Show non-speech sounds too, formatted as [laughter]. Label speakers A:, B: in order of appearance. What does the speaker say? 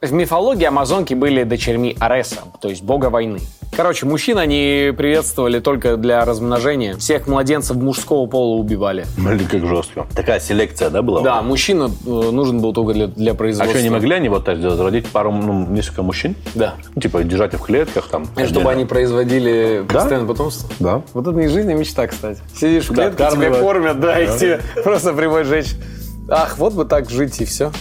A: В мифологии амазонки были дочерьми Ареса, то есть бога войны. Короче, мужчин они приветствовали только для размножения. Всех младенцев мужского пола убивали.
B: Блин, как жестко. Такая селекция, да, была?
A: Да, мужчина э, нужен был только для, для
B: А
A: производства.
B: что, не могли они вот так сделать? Родить пару, ну, несколько мужчин?
A: Да.
B: Ну, типа, держать их в клетках там.
A: И чтобы они производили постоянное потомство.
B: Да.
A: Вот это не жизнь, а мечта, кстати. Сидишь в
B: Да,
A: клетке, тебя [laughs]
B: откармливают.
A: кормят, да, и тебе просто прямой жечь. Ах, вот бы так жить и все.